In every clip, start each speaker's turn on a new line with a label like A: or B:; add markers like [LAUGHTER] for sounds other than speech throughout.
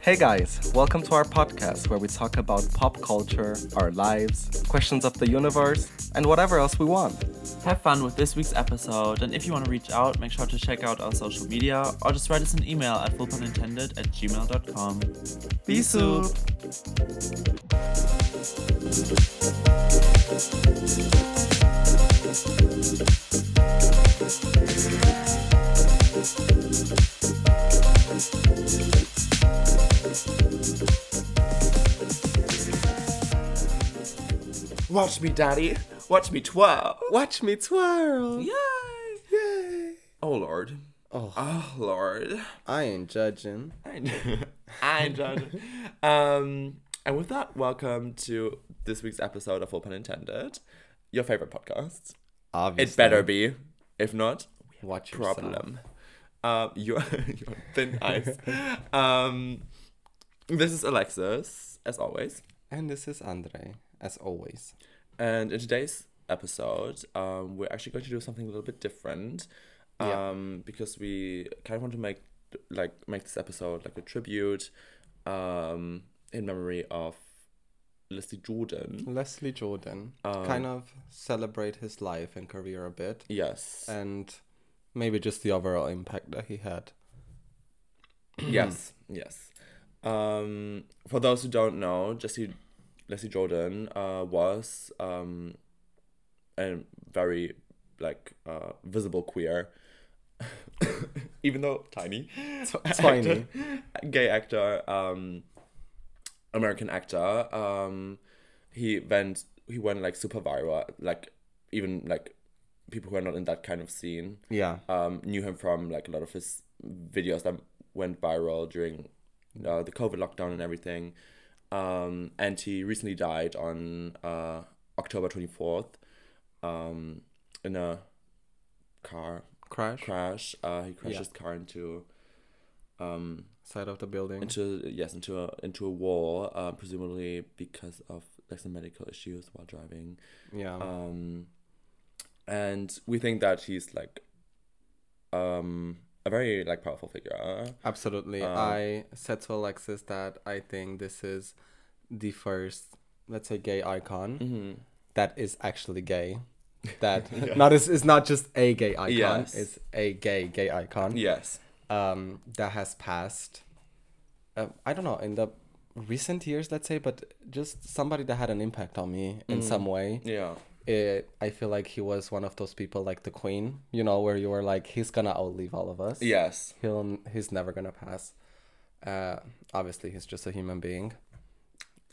A: Hey guys, welcome to our podcast where we talk about pop culture, our lives, questions of the universe, and whatever else we want.
B: Have fun with this week's episode, and if you want to reach out, make sure to check out our social media or just write us an email at fullpunintended at gmail.com.
A: Be soup!
C: Watch me, daddy. Watch me twirl.
A: Watch me twirl!
C: Yay!
A: Yay!
C: Oh, Lord.
A: Oh.
C: Oh, Lord.
A: I ain't judging.
C: [LAUGHS] I enjoyed it. Um, and with that, welcome to this week's episode of Full Pun Intended, your favorite podcast.
A: Obviously.
C: It better be. If not,
A: Watch yourself.
C: problem. Um, you're, [LAUGHS] you're thin
A: [LAUGHS]
C: ice. Um, this is Alexis, as always.
A: And this is Andre, as always.
C: And in today's episode, um, we're actually going to do something a little bit different, um,
A: Yeah.
C: because we kind of want to make like make this episode like a tribute, um, in memory of Leslie Jordan.
A: Leslie Jordan.
C: Um,
A: kind of celebrate his life and career a bit,
C: Yes.
A: [CLEARS THROAT] and maybe just the overall impact that he had.
C: yes. Yes. Um, for those who don't know, Jesse Leslie Jordan uh, was um, a very like uh, visible queer. [LAUGHS] Even though tiny, [LAUGHS]
A: Tiny.
C: actor- gay actor, um, American actor. Um, he went, he went like super viral. Like even like people who are not in that kind of scene
A: Yeah.
C: um, knew him from like a lot of his videos that went viral during uh, the COVID lockdown and everything. Um, and he recently died on uh, October twenty fourth, um, in a car
A: Crash.
C: crash. Uh, he crashed his car into um,
A: Side of the building.
C: into yes into a into a wall, uh, presumably because of like some medical issues while driving.
A: Yeah.
C: Um, and we think that he's like um, a very like powerful figure.
A: Absolutely.
C: Um,
A: I said to Alexis that I think this is the first, let's say, gay icon
C: Mm-hmm.
A: that is actually
C: [LAUGHS]
A: gay. That [LAUGHS] not is it's not just a gay icon.
C: Yes.
A: It's a gay gay icon.
C: Yes.
A: Um, that has passed. Uh, I don't know in the recent years, let's say, but just somebody that had an impact on me in some way.
C: Mm. Yeah.
A: It, I feel like he was one of those people like the Queen, you know, where you were like, he's gonna outlive all of us
C: Yes.
A: he'll he's never gonna pass. Uh, obviously, he's just a human being.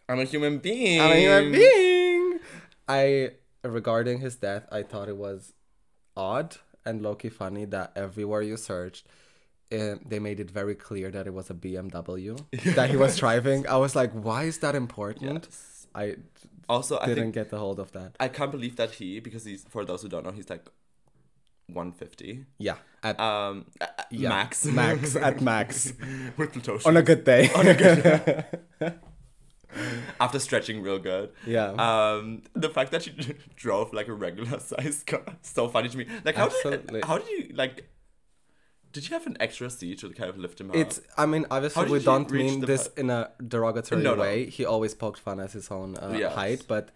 C: I'm a human being.
A: I'm a human being. I regarding his death, I thought it was odd and low-key funny that everywhere you searched, uh, they made it very clear that it was a
C: [LAUGHS]
A: BMW that he was driving. I was like, why is that important? I
C: Also, I
A: didn't
C: think
A: get the hold of that.
C: I can't believe that he because he's for those who don't know he's like 150
A: Yeah, at
C: um uh, uh,
A: yeah,
C: [LAUGHS] max
A: max at max
C: with Plutotion
A: on a good day. [LAUGHS] on a good
C: after stretching real good.
A: yeah.
C: Um, the fact that she [LAUGHS] drove like a regular [LAUGHS] sized car is so funny to me. Like how did
A: Absolutely.
C: you, how did you like? Did you have an extra seat to kind of lift him up?
A: It's. I mean, obviously,
C: did
A: we
C: you
A: don't
C: reach
A: mean
C: the
A: this
C: po-
A: in a derogatory
C: No, no.
A: way. He always poked fun at his own uh,
C: Yes.
A: height, but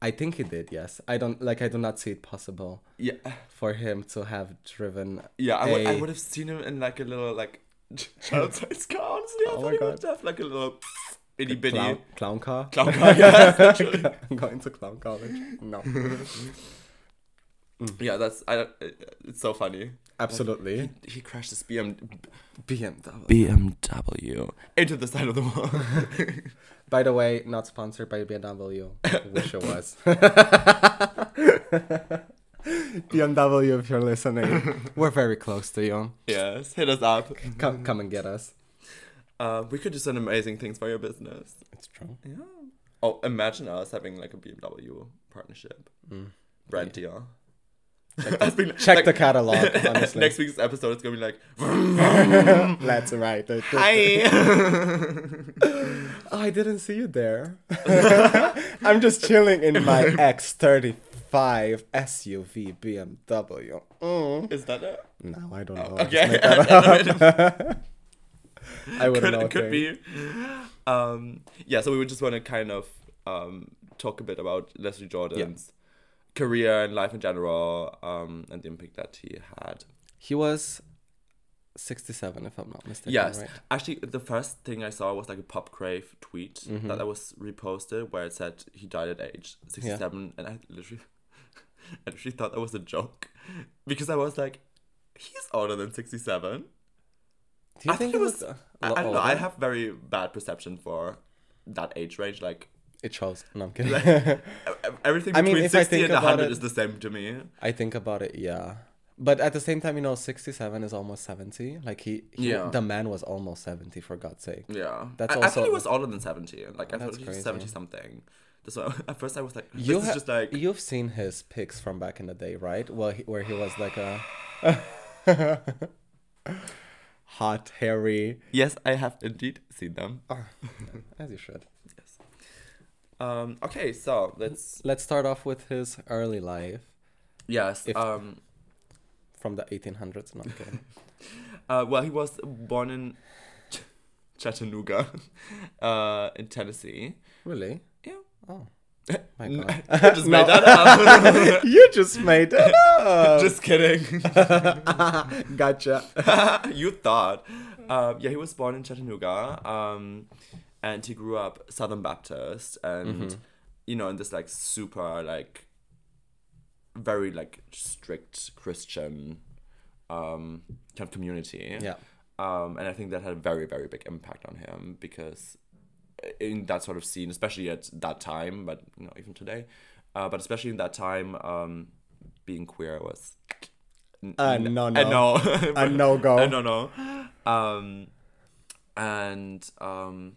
A: I think he did. Yes, I don't like. I do not see it possible
C: yeah,
A: for him to have driven.
C: yeah. I would I
A: a-
C: would have seen him in like a little like [LAUGHS] child sized car. Honestly, I
A: Oh
C: thought
A: my
C: he
A: God.
C: would have like a little itty bitty
A: clown, clown car.
C: clown
A: [LAUGHS]
C: car. yes, literally.
A: I'm going to clown college. No,
C: [LAUGHS] yeah, that's I. don't- It's so funny.
A: absolutely.
C: He crashed his BM,
A: BMW.
C: BMW into the side of the wall. [LAUGHS]
A: By the way, not sponsored by BMW. Wish it was. [LAUGHS] BMW, if you're listening,
C: [LAUGHS]
A: we're very close to you.
C: yes, hit us up.
A: Come, come and get us.
C: Uh, we could do some amazing things for your business.
A: It's true.
C: Yeah. Oh, imagine us having like a BMW partnership.
A: Mm.
C: Brand deal. Check the,
A: Check the catalog, honestly.
C: [LAUGHS] Next week's episode is gonna be like,
A: [LAUGHS]
C: [LAUGHS]
A: That's right. That- that-
C: hi.
A: Oh, I didn't see you there. I'm just chilling in
C: [LAUGHS]
A: my X35 SUV BMW. Mm.
C: [LAUGHS] is that it? [LAUGHS]
A: No, I don't know. I just
C: Okay.
A: made that up. [LAUGHS] I wouldn't
C: could,
A: know. a
C: could
A: thing.
C: be. Um, yeah, so we would just want to kind of um, talk a bit about Leslie Jordan's career and life in general um, and the impact that he had.
A: He was 67, if I'm not mistaken.
C: yes.
A: Right?
C: Actually, the first thing I saw was like a Pop Crave tweet
A: Mm-hmm.
C: that I was reposted where it said he died at age 67. And I literally, [LAUGHS] I literally thought that was a joke because I was like, he's older than 67.
A: Do you
C: I
A: think,
C: think it
A: it was?
C: was-
A: a
C: I,
A: lot
C: I don't know. I
A: older?
C: have very bad perception for that age range. Like
A: It shows.
C: [LAUGHS]
A: No, I'm kidding. [LAUGHS]
C: e- everything
A: I mean,
C: between
A: if I
C: sixty
A: think
C: and
A: about
C: hundred
A: it-
C: is the same to me.
A: I think about it, yeah. But at the same time, you know, 67 is almost 70. Like he, he
C: Yeah.
A: the man was almost 70 for God's sake.
C: Yeah,
A: That's
C: I, I
A: also-
C: thought he was older than seventy. Like I
A: That's
C: thought he was
A: crazy.
C: seventy something. That's why [LAUGHS] at first I was like, this
A: You
C: is
A: ha-
C: just like
A: you've seen his pics from back in the day, right? Well, he, where he was like a [LAUGHS] hot, hairy, [LAUGHS]
C: yes, I have indeed seen them.
A: as you should.
C: Um, okay, so let's
A: Let's start off with his early life
C: yes.
A: If-
C: um,
A: from the 1800s. No, I'm kidding.
C: uh, well, he was born in Ch- Chattanooga, [LAUGHS] uh,
A: [LAUGHS]
C: in Tennessee.
A: [LAUGHS] really?
C: Yeah.
A: [LAUGHS] Oh. My God.
C: I just
A: No.
C: made that
A: [LAUGHS]
C: up. [LAUGHS]
A: you just made it up.
C: just kidding.
A: gotcha.
C: [LAUGHS] you thought. Um, yeah, he was born in Chattanooga, um, and he grew up Southern Baptist, and you know, in this like super like very like strict Christian um, kind of community.
A: Yeah.
C: Um, and I think that had a very very big impact on him because in that sort of scene, especially at that time, but you know, even today, uh, but especially in that time, um, being queer was.
A: A no-no.
C: A no.
A: Uh,
C: [LAUGHS]
A: A no-go.
C: A no-no. Um, and um,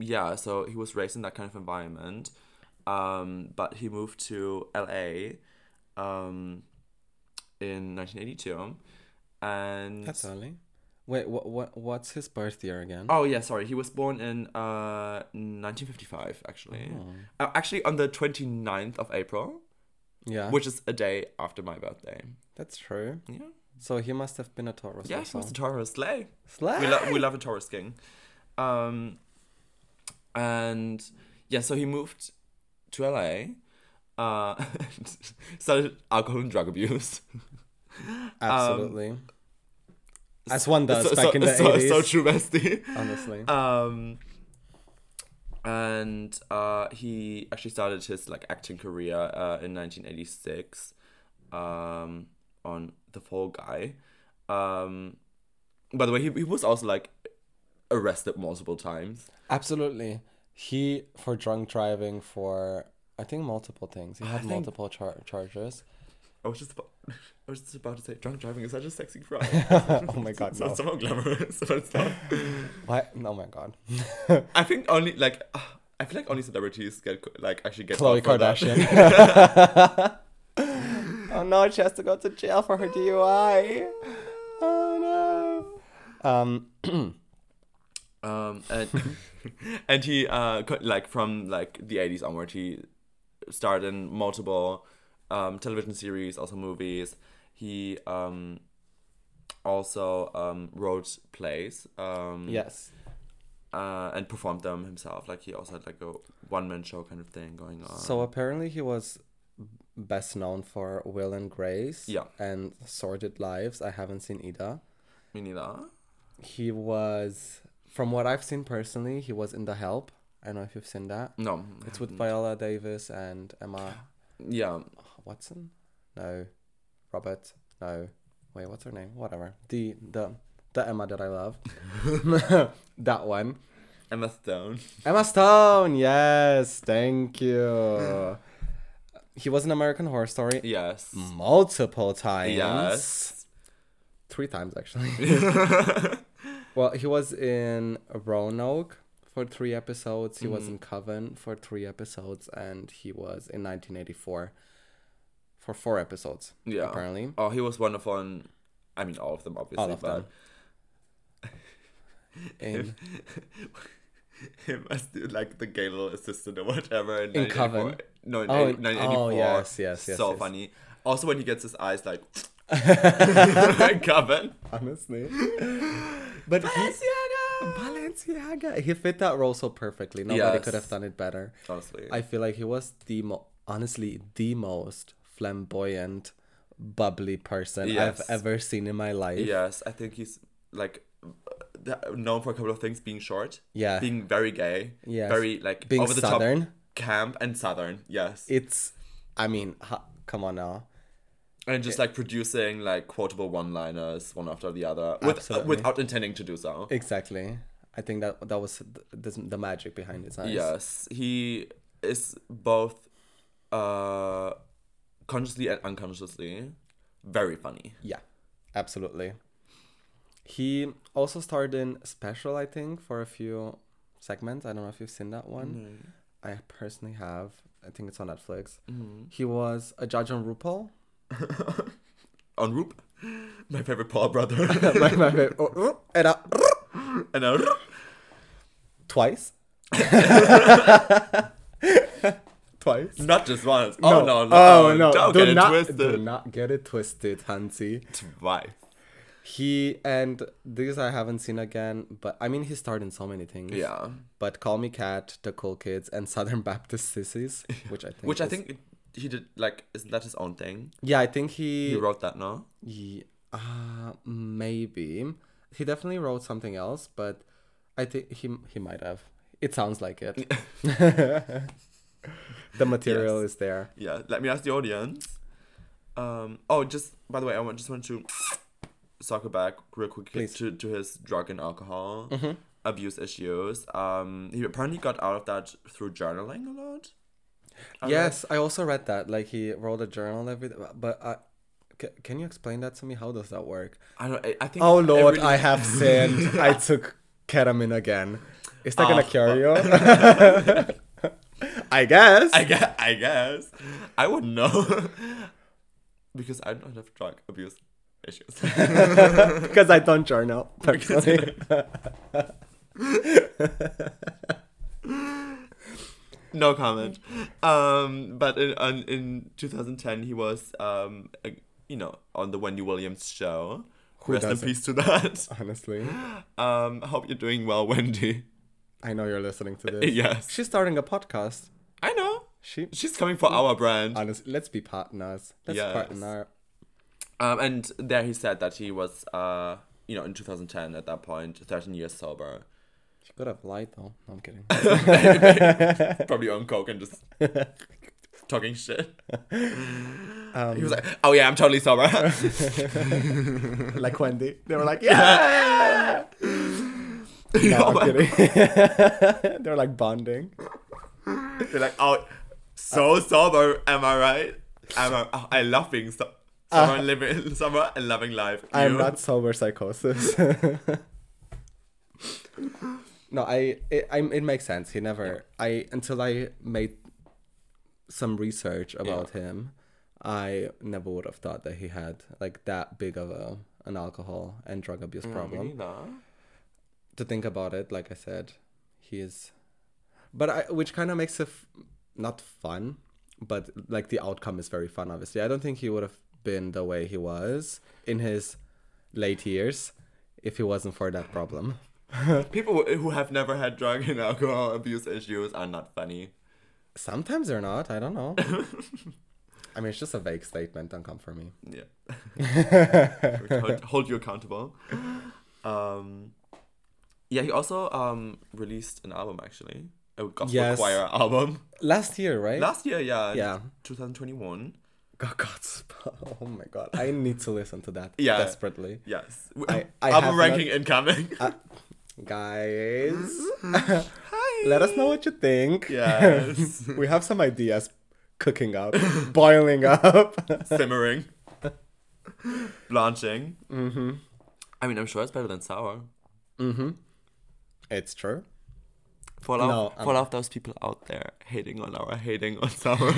C: yeah, so he was raised in that kind of environment, um, but he moved to LA um, in 1982, and
A: That's early. Wait, what, what, what's his birth year again?
C: Oh yeah, sorry. He was born in uh 1955
A: Hmm.
C: actually.
A: Oh.
C: Uh, actually on the 29th of April,
A: yeah,
C: which is a day after my birthday.
A: that's true.
C: Yeah.
A: So he must have been a Taurus.
C: Yeah, he
A: also.
C: was a Taurus slay.
A: Slay!
C: We love we love a Taurus king. Um and yeah, so he moved to LA. Uh [LAUGHS] started alcohol and drug abuse.
A: Absolutely. As one does
C: um, so,
A: back
C: so-
A: in the
C: so,
A: 80s.
C: so true bestie.
A: honestly.
C: um and uh he actually started his like acting career uh in 1986 um on the fall guy um by the way he, he was also like arrested multiple times
A: Absolutely. He, for drunk driving, for I think multiple things. He had
C: think-
A: multiple char-
C: [LAUGHS]
A: charges.
C: i was just about [LAUGHS] i was just about to say drunk driving is such a sexy
A: [LAUGHS]
C: crime
A: oh my god,
C: so
A: no.
C: it's somehow glamorous but it's
A: [LAUGHS]
C: not
A: Why? Oh my god.
C: i think only like [SIGHS] i feel like only celebrities get like actually get
A: Khloe
C: caught for that.
A: Kardashian. [LAUGHS] oh no, she has to go to jail for her DUI. Oh no. Um, [CLEARS THROAT] [LAUGHS]
C: um and and he uh co- like from like the 80s onward he starred in multiple um television series also movies he um also um wrote plays um
A: yes.
C: uh, and performed them himself like he also had like a one-man show kind of thing going on
A: So apparently he was best known for Will and Grace.
C: Yeah.
A: And Sordid Lives. I haven't seen either.
C: me neither
A: He was, from what I've seen personally, he was in The Help. I don't know if you've seen that.
C: no
A: It's with Viola Davis and Emma
C: yeah
A: Watson? No. Robert? No. Wait, what's her name? Whatever. The the the Emma that I love. [LAUGHS] that one.
C: emma stone
A: Emma Stone. Yes, thank you. He was an American Horror Story
C: yes
A: multiple times.
C: yes
A: Three times
C: [LAUGHS]
A: actually. [LAUGHS] well, he was in Roanoke for three episodes. He
C: Mm-hmm.
A: was in Coven for three episodes, and he was in 1984 for four episodes.
C: yeah
A: Apparently.
C: oh he was wonderful and i mean all of them obviously
A: All of
C: but
A: them.
C: [LAUGHS]
A: In
C: him [LAUGHS] as the, like the gay little assistant or whatever in,
A: In
C: 1984.
A: Coven?
C: No, in
A: Oh,
C: eight-
A: in-
C: 1984.
A: oh, yes, yes, yes,
C: So
A: yes.
C: funny. Also, when he gets his eyes
A: [LAUGHS]
C: like [LAUGHS] in Coven. [LAUGHS]
A: honestly. But he, Balenciaga. He fit that role so perfectly. Nobody
C: Yes.
A: could have done it better.
C: honestly.
A: I feel like he was the mo- honestly the most flamboyant, bubbly person
C: Yes.
A: I've ever seen in my life.
C: yes, I think he's like th- known for a couple of things: being short,
A: Yeah.
C: being very gay,
A: Yes.
C: very like
A: Being
C: over the
A: southern.
C: top, camp and southern. Yes,
A: It's, I mean, ha- come on now.
C: and just like producing like quotable one-liners one after the other with,
A: Absolutely.
C: without intending to do so.
A: Exactly. I think that that was the, the, the magic behind his eyes.
C: Yes, he is both uh consciously and unconsciously very funny.
A: Yeah, absolutely. He also starred in Special, I think, for a few segments. I don't know if you've seen that one. I personally have. I think it's on Netflix. He was a judge on RuPaul. [LAUGHS]
C: On Roop, [LAUGHS] my favorite Paul
A: [LAUGHS]
C: brother,
A: My- my fav- oh, oh, and I-
C: and uh,
A: twice. [LAUGHS] twice.
C: not just once. Oh no, no,
A: Oh no!
C: Don't
A: do
C: get it
A: not,
C: twisted.
A: do not get it twisted, Hansi.
C: Why?
A: He and these I haven't seen again, but I mean he starred in so many things.
C: Yeah,
A: But Call Me Cat, The Cool Kids, and Southern [LAUGHS] Baptist Sissies, which I think.
C: which I
A: is-
C: think he did. Like, isn't that his own thing?
A: Yeah, I think he.
C: He wrote that, no?
A: Ye- uh, maybe he definitely wrote something else, but I think he he might have. It sounds like
C: [LAUGHS]
A: it. [LAUGHS] the material is there.
C: Yeah. Let me ask the audience. Um. Oh, just by the way, I want just want to circle back real quick
A: Please. Mm-hmm.
C: to to his drug and alcohol abuse issues. Um. He apparently got out of that through journaling a lot. I read.
A: yes, I also read that. Like he wrote a journal every. But uh, c- can you explain that to me? How does that work?
C: I don't. I, I think.
A: Oh Lord,
C: really-
A: I have sinned. I took ketamine again. Is that gonna
C: Ah,
A: cure you?
C: [LAUGHS]
A: I guess.
C: [LAUGHS] I guess. I guess. I wouldn't know. [LAUGHS] because I don't have drug abuse issues. [LAUGHS]
A: because I don't journal. Personally.
C: no comment. Um, but in on, in 2010, he was um, uh, you know, on the Wendy Williams show.
A: Who
C: Rest in
A: doesn't?
C: peace to that. [LAUGHS]
A: Honestly,
C: Um, I hope you're doing well,
A: [LAUGHS]
C: Wendy.
A: I know you're listening
C: [LAUGHS]
A: to this.
C: Yes,
A: She's starting a podcast.
C: I know.
A: She,
C: She's coming for our brand.
A: honestly, let's be partners. Let's
C: Yes.
A: partner.
C: Um, and there he said that he was uh, you know, in 2010 at that point, 13 years
A: [LAUGHS]
C: sober,
A: She could have lied though. No, I'm kidding.
C: probably on coke
A: [LAUGHS]
C: and just talking shit.
A: Um,
C: He was like, "Oh yeah, I'm totally
A: [LAUGHS]
C: sober."
A: like Wendy. They were like, yeah.
C: You
A: [LAUGHS] No,
C: know,
A: I'm
C: but-
A: kidding. [LAUGHS] They're like bonding.
C: They're like, oh, so sober, am I right? Am I? oh, I love being so. Summer and living, [LAUGHS] summer and loving life.
A: Uh, I am
C: You?
A: not sober psychosis. [LAUGHS] no, I it, I it makes sense. He never I until I made some research about him, I never would have thought that he had like that big of a an alcohol and drug abuse problem. To think about it, like I said, he is but I which kind of makes it f- not fun, but like the outcome is very fun obviously. I don't think he would have been the way he was in his late years if he wasn't for that problem.
C: People who have never had drug and alcohol abuse issues are not funny.
A: Sometimes they're not, I don't know. I mean, it's just a vague statement, don't come for me.
C: Yeah. hold, [LAUGHS] hold you accountable. Um, yeah, he also um, released an album actually, a gospel
A: Yes.
C: choir album
A: Last year, right?
C: last year. Yeah.
A: Yeah.
C: 2021.
A: God, Godspell. [LAUGHS] Oh my god, I need to listen to that
C: Yeah.
A: desperately.
C: Yes.
A: I- I have
C: album
A: not-
C: ranking incoming.
A: Guys, [LAUGHS]
C: Hi.
A: let us know what you think.
C: Yes.
A: [LAUGHS] We have some ideas cooking up, boiling up.
C: simmering, blanching. Mm-hmm. I mean, I'm sure it's better than sour.
A: it's true.
C: For
A: No,
C: all,
A: I'm-
C: for all of those people out there hating on our hating on
A: [LAUGHS]
C: sour,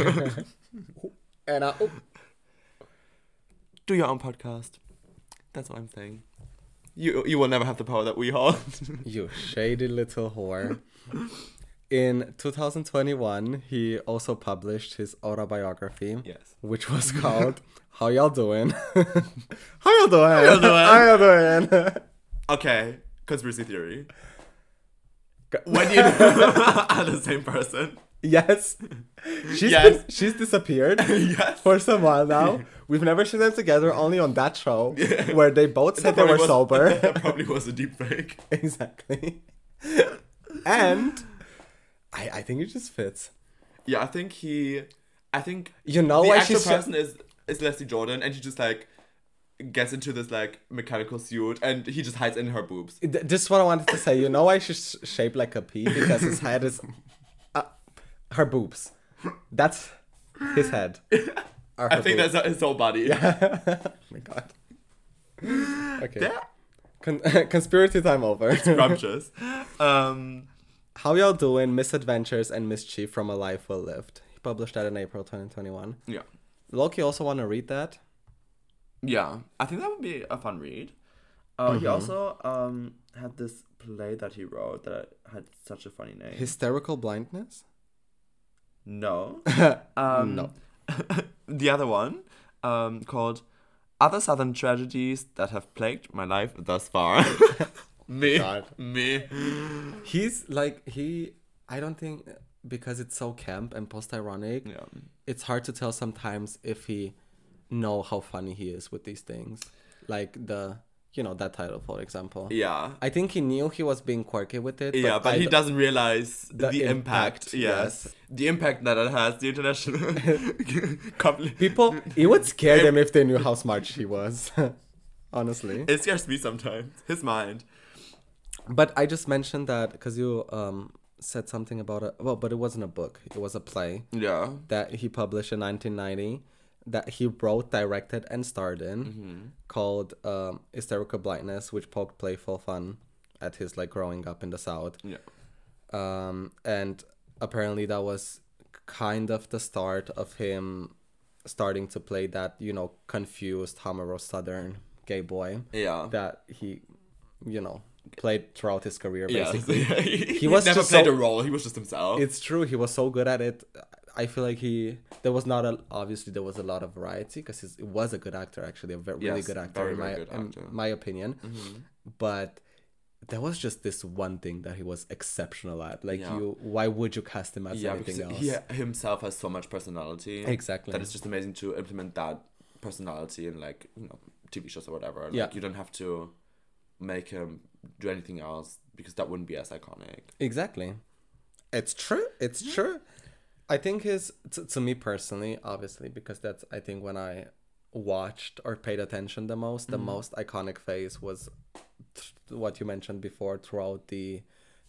A: And I, oh,
C: do your own podcast. That's what I'm saying. You you will never have the power that we
A: [LAUGHS]
C: hold.
A: You shady little whore. In 2021, he also published his autobiography,
C: Yes.
A: which was called "How Y'all Doing." [LAUGHS] How y'all doing?
C: doing?
A: How y'all doing? [LAUGHS]
C: okay, conspiracy theory. When [LAUGHS] you
B: are the
A: [LAUGHS]
B: same person.
A: Yes. She's
C: Yes.
A: been- she's disappeared
C: yes.
A: [LAUGHS] for some while
C: [LAUGHS]
A: now. We've never seen them together only on that show where they both said they were
C: was,
A: sober.
C: [LAUGHS] That probably was a deep fake.
A: [LAUGHS] exactly. and I, I think it just fits.
C: Yeah, I think he. Oh, I think
A: You know
C: the
A: why
C: actual
A: she's so-
C: person is is Leslie Jordan, and she just like gets into this like mechanical suit, and he just hides in her boobs.
A: Th- This is what I wanted to say. You know why she's shaped like a pea? Because his head is. Uh, her boobs. That's his
C: [LAUGHS]
A: head. Are
C: I
A: her
C: think
A: boobs.
C: that's his whole body. [LAUGHS]
A: [LAUGHS] oh my god. Okay. Con- [LAUGHS] conspiracy time over.
C: Scrumptious. Um,
A: How y'all doing? Misadventures and Mischief from A Life Well Lived. He published that in April 2021.
C: yeah.
A: Loki also want to read that.
C: Yeah, I think that would be a fun read. Uh, He also um had this play that he wrote that had such a funny name.
A: Hysterical [LAUGHS] blindness?
C: no, um,
A: No.
C: [LAUGHS] the other one, um, called "Other Southern Tragedies That Have Plagued My Life Thus Far." [LAUGHS] me, [LAUGHS]
A: God.
C: me.
A: He's like, he. I don't think. Because it's so camp and post ironic,
C: Yeah,
A: it's hard to tell sometimes if he know how funny he is with these things like the you know that title for example
C: yeah,
A: i think he knew he was being quirky with it
C: yeah. But
A: I
C: he
A: d-
C: doesn't realize the, impact.
A: impact,
C: Yes. the impact that it has. The international [LAUGHS] couple.
A: people it would scare them if they knew how smart she was [LAUGHS] honestly
C: It scares me sometimes. His mind.
A: but i just mentioned that because you um said something about a well but it wasn't a book it was a play
C: Yeah.
A: that he published in 1990 that he wrote, directed, and starred in
C: Mm-hmm.
A: called um, Hysterical Blindness, which poked playful fun at his like growing up in the South.
C: Yeah.
A: Um, and apparently that was kind of the start of him starting to play that, you know, confused, homo southern gay boy
C: Yeah.
A: that he, you know, played throughout his career
C: yeah.
A: basically.
C: [LAUGHS] he,
A: was
C: never
A: just
C: played
A: so-
C: a role. He was just himself.
A: It's true. He was so good at it. I feel like he there was not a obviously there was a lot of variety because he was a good actor actually a very, really
C: Yes,
A: good actor
C: very,
A: in
C: very
A: my
C: good
A: in
C: actor. Mm-hmm.
A: my opinion, but there was just this one thing that he was exceptional at. Like
C: Yeah.
A: you, why would you cast him as
C: yeah, because
A: anything else?
C: he himself has so much personality.
A: Exactly.
C: That it's just amazing to implement that personality in like you know TV shows or whatever. Like,
A: Yeah.
C: You don't have to make him do anything else because that wouldn't be as iconic.
A: Exactly. It's true. It's true. I think his t- to me personally, obviously, because that's I think when I watched or paid attention the most,
C: Mm.
A: the most iconic phase was th- what you mentioned before throughout the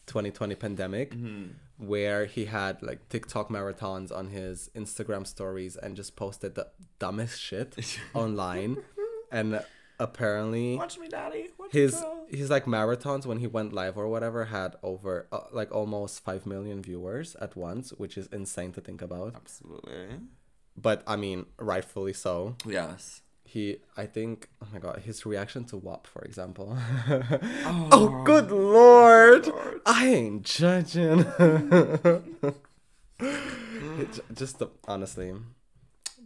A: 2020 pandemic,
C: Mm-hmm.
A: where he had like TikTok marathons on his Instagram stories and just posted the dumbest shit
C: [LAUGHS]
A: online, and apparently
C: Watch me, daddy. Watch
A: his
C: me, girl.
A: his like marathons when he went live or whatever had over uh, like almost 5 million viewers at once which is insane to think about
C: Absolutely.
A: but i mean rightfully so
C: Yes.
A: he i think oh my god his reaction to wap for
C: [LAUGHS]
A: example oh, good lord i ain't judging [LAUGHS] It ju- just the, honestly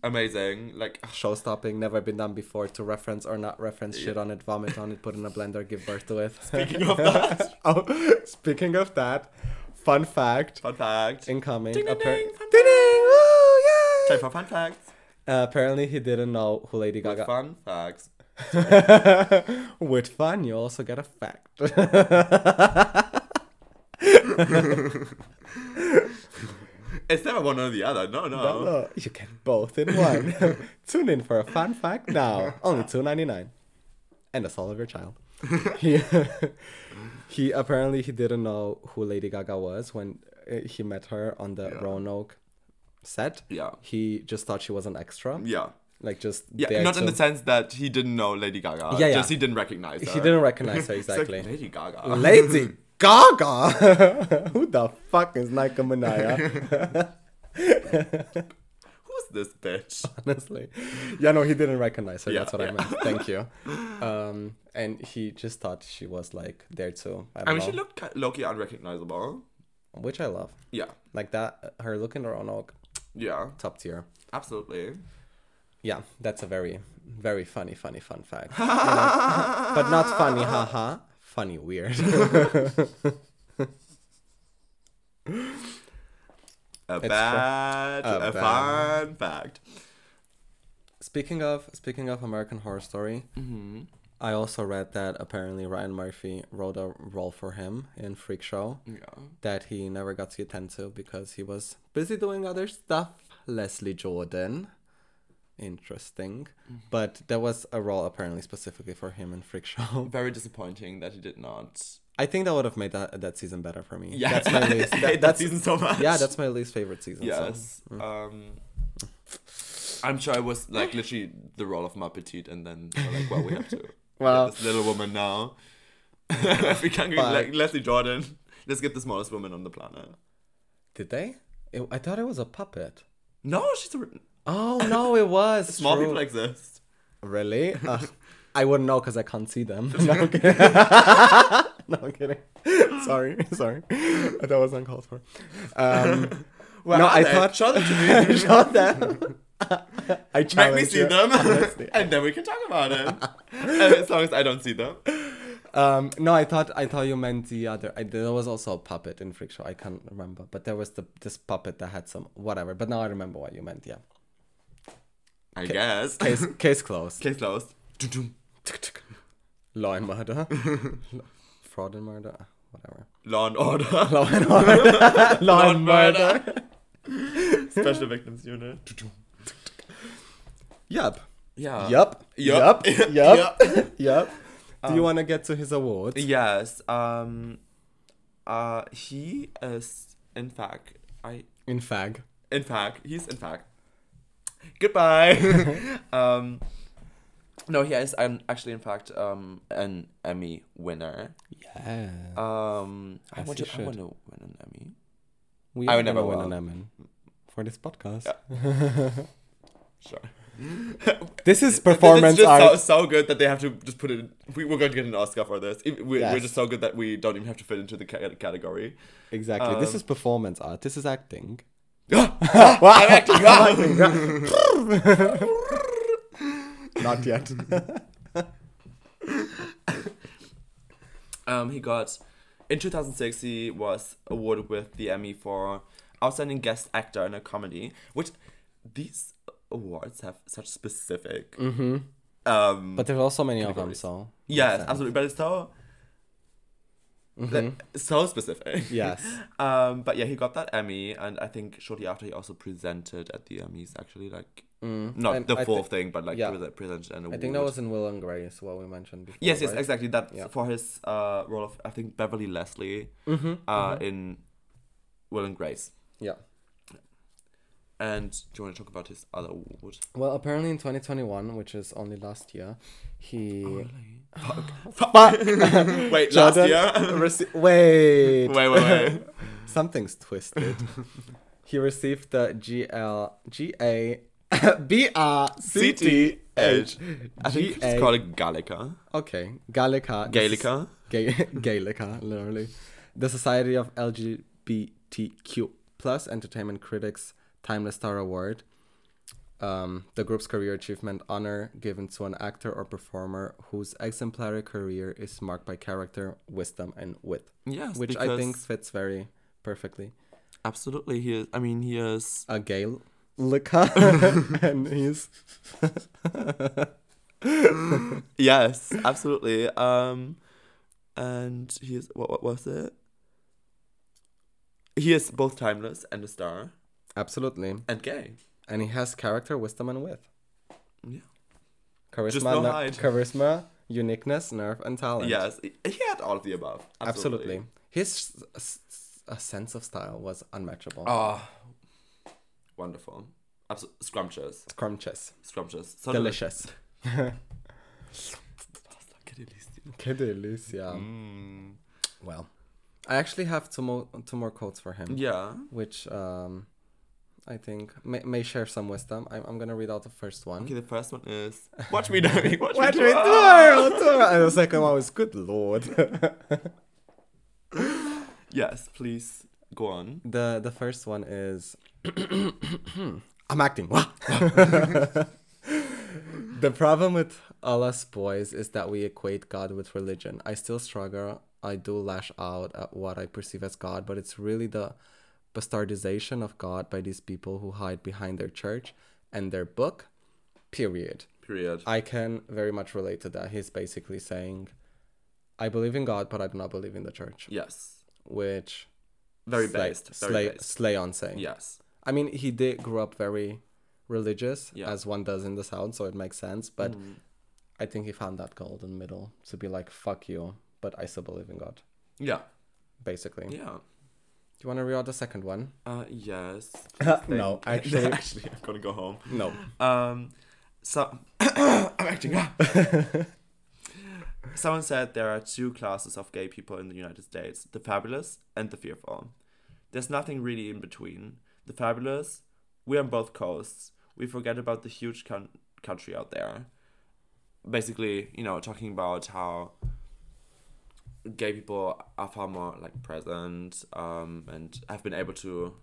C: Amazing. Like [SIGHS]
A: show stopping never been done before to reference or not reference shit on it vomit on it put in a blender give birth to it
C: speaking of that,
A: [LAUGHS] oh, speaking of that, fun fact
C: fun fact.
A: incoming.
C: Ding, ding,
A: appar-
C: ding, fun
A: Ding, ding, woo, yay!
C: Time for fun facts.
A: Uh, apparently, he didn't know who Lady Gaga.
C: Fun facts.
A: [LAUGHS] With fun, you also get a fact. [LAUGHS]
C: It's never one or the other. No, no.
A: Oh, you get both in one. [LAUGHS] Tune in for a fun fact now. Only two ninety nine, and the soul of your
C: [LAUGHS]
A: child. he, [LAUGHS] he apparently he didn't know who Lady Gaga was when uh, he met her on the Roanoke set.
C: Yeah.
A: he just thought she was an extra.
C: Yeah.
A: like just
C: Yeah,
A: there
C: not in
A: to-
C: the sense that he didn't know Lady Gaga.
A: Yeah, yeah.
C: Just he didn't recognize her.
A: He didn't
C: [LAUGHS]
A: recognize her
C: It's like,
A: exactly.
C: Lady
A: [LAUGHS] [LAUGHS]
C: Gaga. [LAUGHS]
A: Lady Gaga. [LAUGHS] Who the fuck is Nika Minaya?
C: [LAUGHS]
A: [LAUGHS]
C: Who's this bitch?
A: [LAUGHS] Honestly, yeah, no, he didn't recognize her.
C: Yeah,
A: That's what I
C: yeah.
A: meant. Thank
C: [LAUGHS]
A: you. Um, and he just thought she was like there too. I,
C: I
A: don't
C: mean,
A: know,
C: she looked ki- low-key unrecognizable.
A: which I love.
C: Yeah,
A: Like that, her look in Roanoke,
C: yeah,
A: top tier.
C: absolutely.
A: Yeah, that's a very, very funny, funny fun fact. You know,
C: [LAUGHS]
A: but not funny, haha. Funny, weird.
C: A
A: It's
C: bad,
A: a
C: a,
A: bad-
C: fun fact.
A: [LAUGHS] Speaking of speaking of American Horror Story,
C: Mm-hmm.
A: I also read that apparently Ryan Murphy wrote a role for him in Freak Show
C: Yeah.
A: that he never got to attend to because he was busy doing other stuff. Leslie Jordan, interesting,
C: Mm-hmm.
A: but there was a role apparently specifically for him in Freak Show. [LAUGHS]
C: Very disappointing that he did not.
A: I think that would have made that that season better for me.
C: Yeah,
A: that's my
C: [LAUGHS]
A: least.
C: I
A: That,
C: hate that
A: that's
C: season so much.
A: yeah, that's my least favorite season. so-
C: yes. Um, I'm sure it was like literally the role of Ma Petite, and then we're like, well, we have
A: [LAUGHS]
C: to.
A: Well-
C: get this little woman now. [LAUGHS] if we can't get
A: But-
C: like Leslie Jordan, let's get the smallest woman on the planet.
A: Did they? It, I thought it was a puppet.
C: No, she's a
A: Oh no, it was
C: [LAUGHS] small
A: true.
C: people exist. [LAUGHS]
A: Really? Ugh, I wouldn't know because I can't see them. [LAUGHS] No I'm kidding. no I'm kidding. [LAUGHS] sorry, sorry. That was uncalled for.
C: [LAUGHS]
A: Um,
C: Where
A: no,
C: are
A: I
C: they?
A: thought [LAUGHS]
C: Show them to me.
A: I shot them. [LAUGHS] I
C: Make me
A: challenge
C: see
A: you,
C: them, [LAUGHS]
A: honestly.
C: and then we can talk about it. And as long as I don't see them,
A: Um, no, I thought I thought you meant the other. I, there was also a puppet in Freak Show. I can't remember, but there was the this puppet that had some whatever. But now I remember what you meant. Yeah.
C: I guess. [LAUGHS]
A: Case case closed.
C: Case closed. Dun-dun.
A: Law and murder. [LAUGHS] Fraud and murder. Ah, Whatever.
C: Law and Order.
A: [LAUGHS] Law and murder. Law and murder.
C: [LAUGHS] Special Victims Unit.
A: Yup.
C: Yeah.
A: Yup.
C: Uh, Yup. [LAUGHS] Um,
A: Yup. Yup. [LAUGHS] Yup. Do you want to get to his award?
C: Yes. Um. Uh. He is, in fact, I.
A: In fag.
C: In fact, he's in fact.
A: [LAUGHS]
C: Goodbye. um. No, he is. I'm actually, in fact, um, an Emmy winner.
A: Yeah.
C: Um, I
A: As
C: want
A: he
C: to. I
A: should.
C: want to win an Emmy.
A: we
C: I
A: are
C: would never
A: gonna
C: will.
A: win an Emmy for this podcast.
C: [LAUGHS] Sure.
A: This is
C: Performance
A: performance
C: it's just
A: art.
C: so, so good that they have to just put it. We, we're going to get an Oscar for this. If- we- We're
A: Yes.
C: just so good that we don't even have to fit into the ca-
A: [GASPS]
C: category.
A: Exactly. this
C: Um,
A: is performance art. This is acting.
C: [LAUGHS]
A: [LAUGHS]
C: I'm acting. [LAUGHS]
A: Not yet.
C: Um, he got in 2006. He was awarded with the Emmy for outstanding guest actor in a comedy. Which these awards have such specific. Um,
A: Mm-hmm. Mm. but there's also many of them,
C: Categories.
A: so.
C: yes,
A: sense.
C: absolutely. But it's so
A: Mm-hmm.
C: so specific.
A: Yes.
C: Um, but yeah, he got that Emmy, and I think shortly after he also presented at the Emmys. Actually, like Mm. not
A: Mm. and
C: the
A: I thi-
C: full thing, but like
A: yeah.
C: pre- presented an award.
A: I think that was in Will and Grace, what we mentioned before.
C: yes, yes,
A: right?
C: exactly. That
A: Yeah.
C: for his uh role of I think Beverly Leslie
A: Mhm,
C: uh in Will and Grace.
A: Yeah.
C: And do you want to talk about his other
A: [LAUGHS]
C: award?
A: Well, apparently in 2021, which is only last year, he. [LAUGHS] Jordan
C: Wait, last year.
A: [LAUGHS] rece- wait.
C: wait, [LAUGHS] wait, wait.
A: Something's twisted.
C: [LAUGHS]
A: he received the G L G A [LAUGHS] B R C T H
C: I think
A: G
C: it's
A: A.
C: called a Gallica.
A: Okay, Gallica. this is-
C: Gaelica.
A: Ga- [LAUGHS] Gaelica, literally. The Society of LGBTQ plus Entertainment Critics Timeless Star Award. Um, the group's career achievement honor given to an actor or performer whose exemplary career is marked by character, wisdom, and wit,
C: Yes,
A: which I
C: because
A: think fits very perfectly.
C: absolutely he is. I mean, he is
A: A
C: [LAUGHS]
A: Gaelica, and he's
C: Yes, absolutely. Um, and he is what? What was it? He is both timeless and a star
A: absolutely,
C: and gay.
A: and he has character, wisdom, and wit.
C: Yeah.
A: Charisma,
C: Just no
A: ner-
C: hide.
A: charisma, uniqueness, nerve, and talent.
C: Yes, he he had all of the above.
A: Absolutely.
C: Absolutely.
A: His s- s- a sense of style was unmatchable.
C: Ah, wonderful. Absol- scrumptious,
A: Scrumptious.
C: scrumptious, so
A: Delicious.
C: [LAUGHS] delicious.
A: Kiddilies, yeah.
C: Mm.
A: Well, I actually have two, mo- two more quotes for him,
C: Yeah.
A: which um, I think may, may share some wisdom. I'm, I'm going to read out the first one.
C: Okay, the first one is watch
A: [LAUGHS]
C: me, darling. Watch,
A: Hmm? Watch
C: me,
A: me twirl,
C: twirl."
A: twirl. And the second one was, oh, good lord.
C: [LAUGHS]
A: [LAUGHS]
C: Yes, please go on.
A: the, the first one is,
C: [COUGHS] [LAUGHS]
A: I'm acting. Wah! the problem with all us boys is that we equate God with religion. I still struggle. I do lash out at what I perceive as God, but it's really the bastardization of God by these people who hide behind their church and their book. Period.
C: Period.
A: I can very much relate to that. He's basically saying, I believe in God, but I do not believe in the church,
C: yes.
A: which
C: Very
A: Slay,
C: based. Very
A: slay,
C: based.
A: slay on saying.
C: Yes.
A: I mean, he did grow up very religious,
C: Yeah. Mm.
A: as one does in the South, so it makes sense. But
C: Hmm.
A: I think he found that golden middle to be like, fuck you, but I still believe in God,
C: Yeah.
A: basically. Do
C: Yeah.
A: you want to read out the second one?
C: Uh, yes.
A: [LAUGHS] no,
C: I
A: actually,
C: [LAUGHS] actually, I'm gonna go home.
A: [LAUGHS] no.
C: Um, so [COUGHS] I'm acting. up. Someone said there are two classes of gay people in the United States: the fabulous and the fearful. There's nothing really in between. The fabulous, we're on both coasts. We forget about the huge coun country out there. Basically, you know, talking about how gay people are far more like present um, and have been able to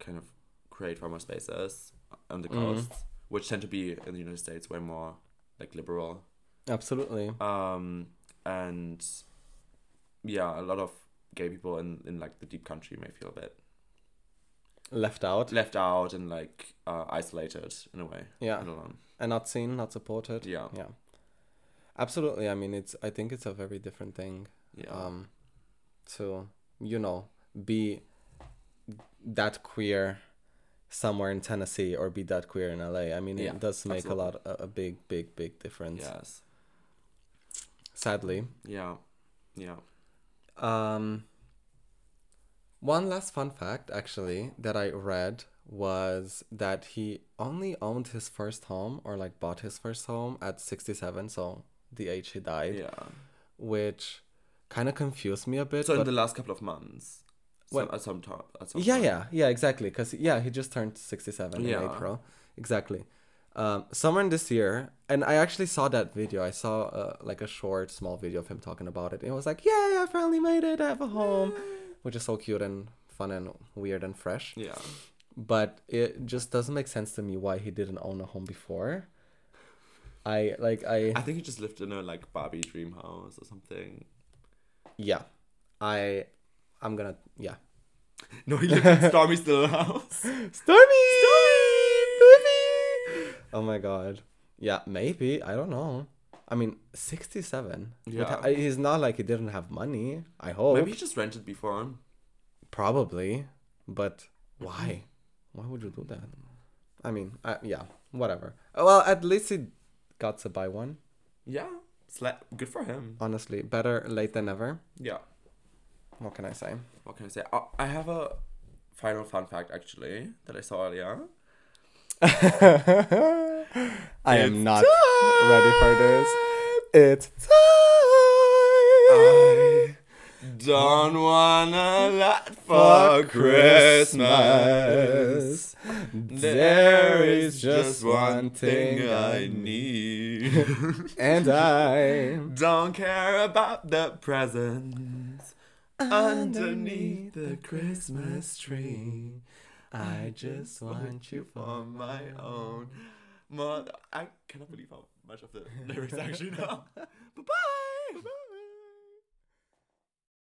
C: kind of create far more spaces on the coasts, which tend to be in the United States way more like liberal.
A: Absolutely.
C: Um, and yeah, a lot of gay people in, in like the deep country may feel a bit
A: Left out
C: left out and like uh, isolated in a way.
A: Yeah.
C: and alone.
A: and not seen, not supported.
C: Yeah,
A: Yeah. Absolutely. I mean, it's, I think it's a very different thing.
C: yeah,
A: um to you know be that queer somewhere in Tennessee or be that queer in LA. I mean,
C: Yeah,
A: it does make
C: absolutely.
A: a lot a, a big big big difference.
C: yes,
A: Sadly.
C: yeah, yeah.
A: Um one last fun fact actually that I read was that he only owned his first home or like bought his first home at 67, so the age he died,
C: Yeah.
A: which kind of confused me a bit.
C: So in
A: but-
C: the last couple of months, some,
A: Well-
C: at some time, at some
A: Yeah,
C: time.
A: yeah, yeah, exactly. Because yeah, he just turned sixty-seven
C: Yeah.
A: in April. Exactly. Um, somewhere in this year, and I actually saw that video. I saw uh, like a short, small video of him talking about it. It was like, "Yay! I finally made it. I have a home," which is so cute and fun and weird and fresh.
C: yeah,
A: But it just doesn't make sense to me why he didn't own a home before. I like I
C: I think he just lived in a like Barbie dream house or
A: [LAUGHS]
C: something.
A: yeah, I I'm gonna yeah.
C: No, he lived in Stormy's little house.
A: Stormy! Stormy! Oh my god. Yeah, maybe. I don't know. I mean, 67. Would
C: Yeah.
A: ha- he's not like he didn't have money. I hope.
C: Maybe he just rented before.
A: Probably. But why? Why would you do that? I mean, I, yeah, whatever. Well, at least he got to buy one.
C: Yeah, sla- good for him.
A: Honestly, better late than never.
C: Yeah.
A: What can I say?
C: What can I say? I, I have a final fun fact actually that I saw earlier.
A: I am not ready for this. It's time.
C: I don't want a lot
A: for
C: for Christmas.
A: Christmas.
C: There is just one thing I need.
A: And I.
C: [LAUGHS] Don't care about the presents underneath the Christmas tree.
A: I just want you for.
C: on my own. [LAUGHS] More, I cannot believe how much of the lyrics I actually know. bye bye.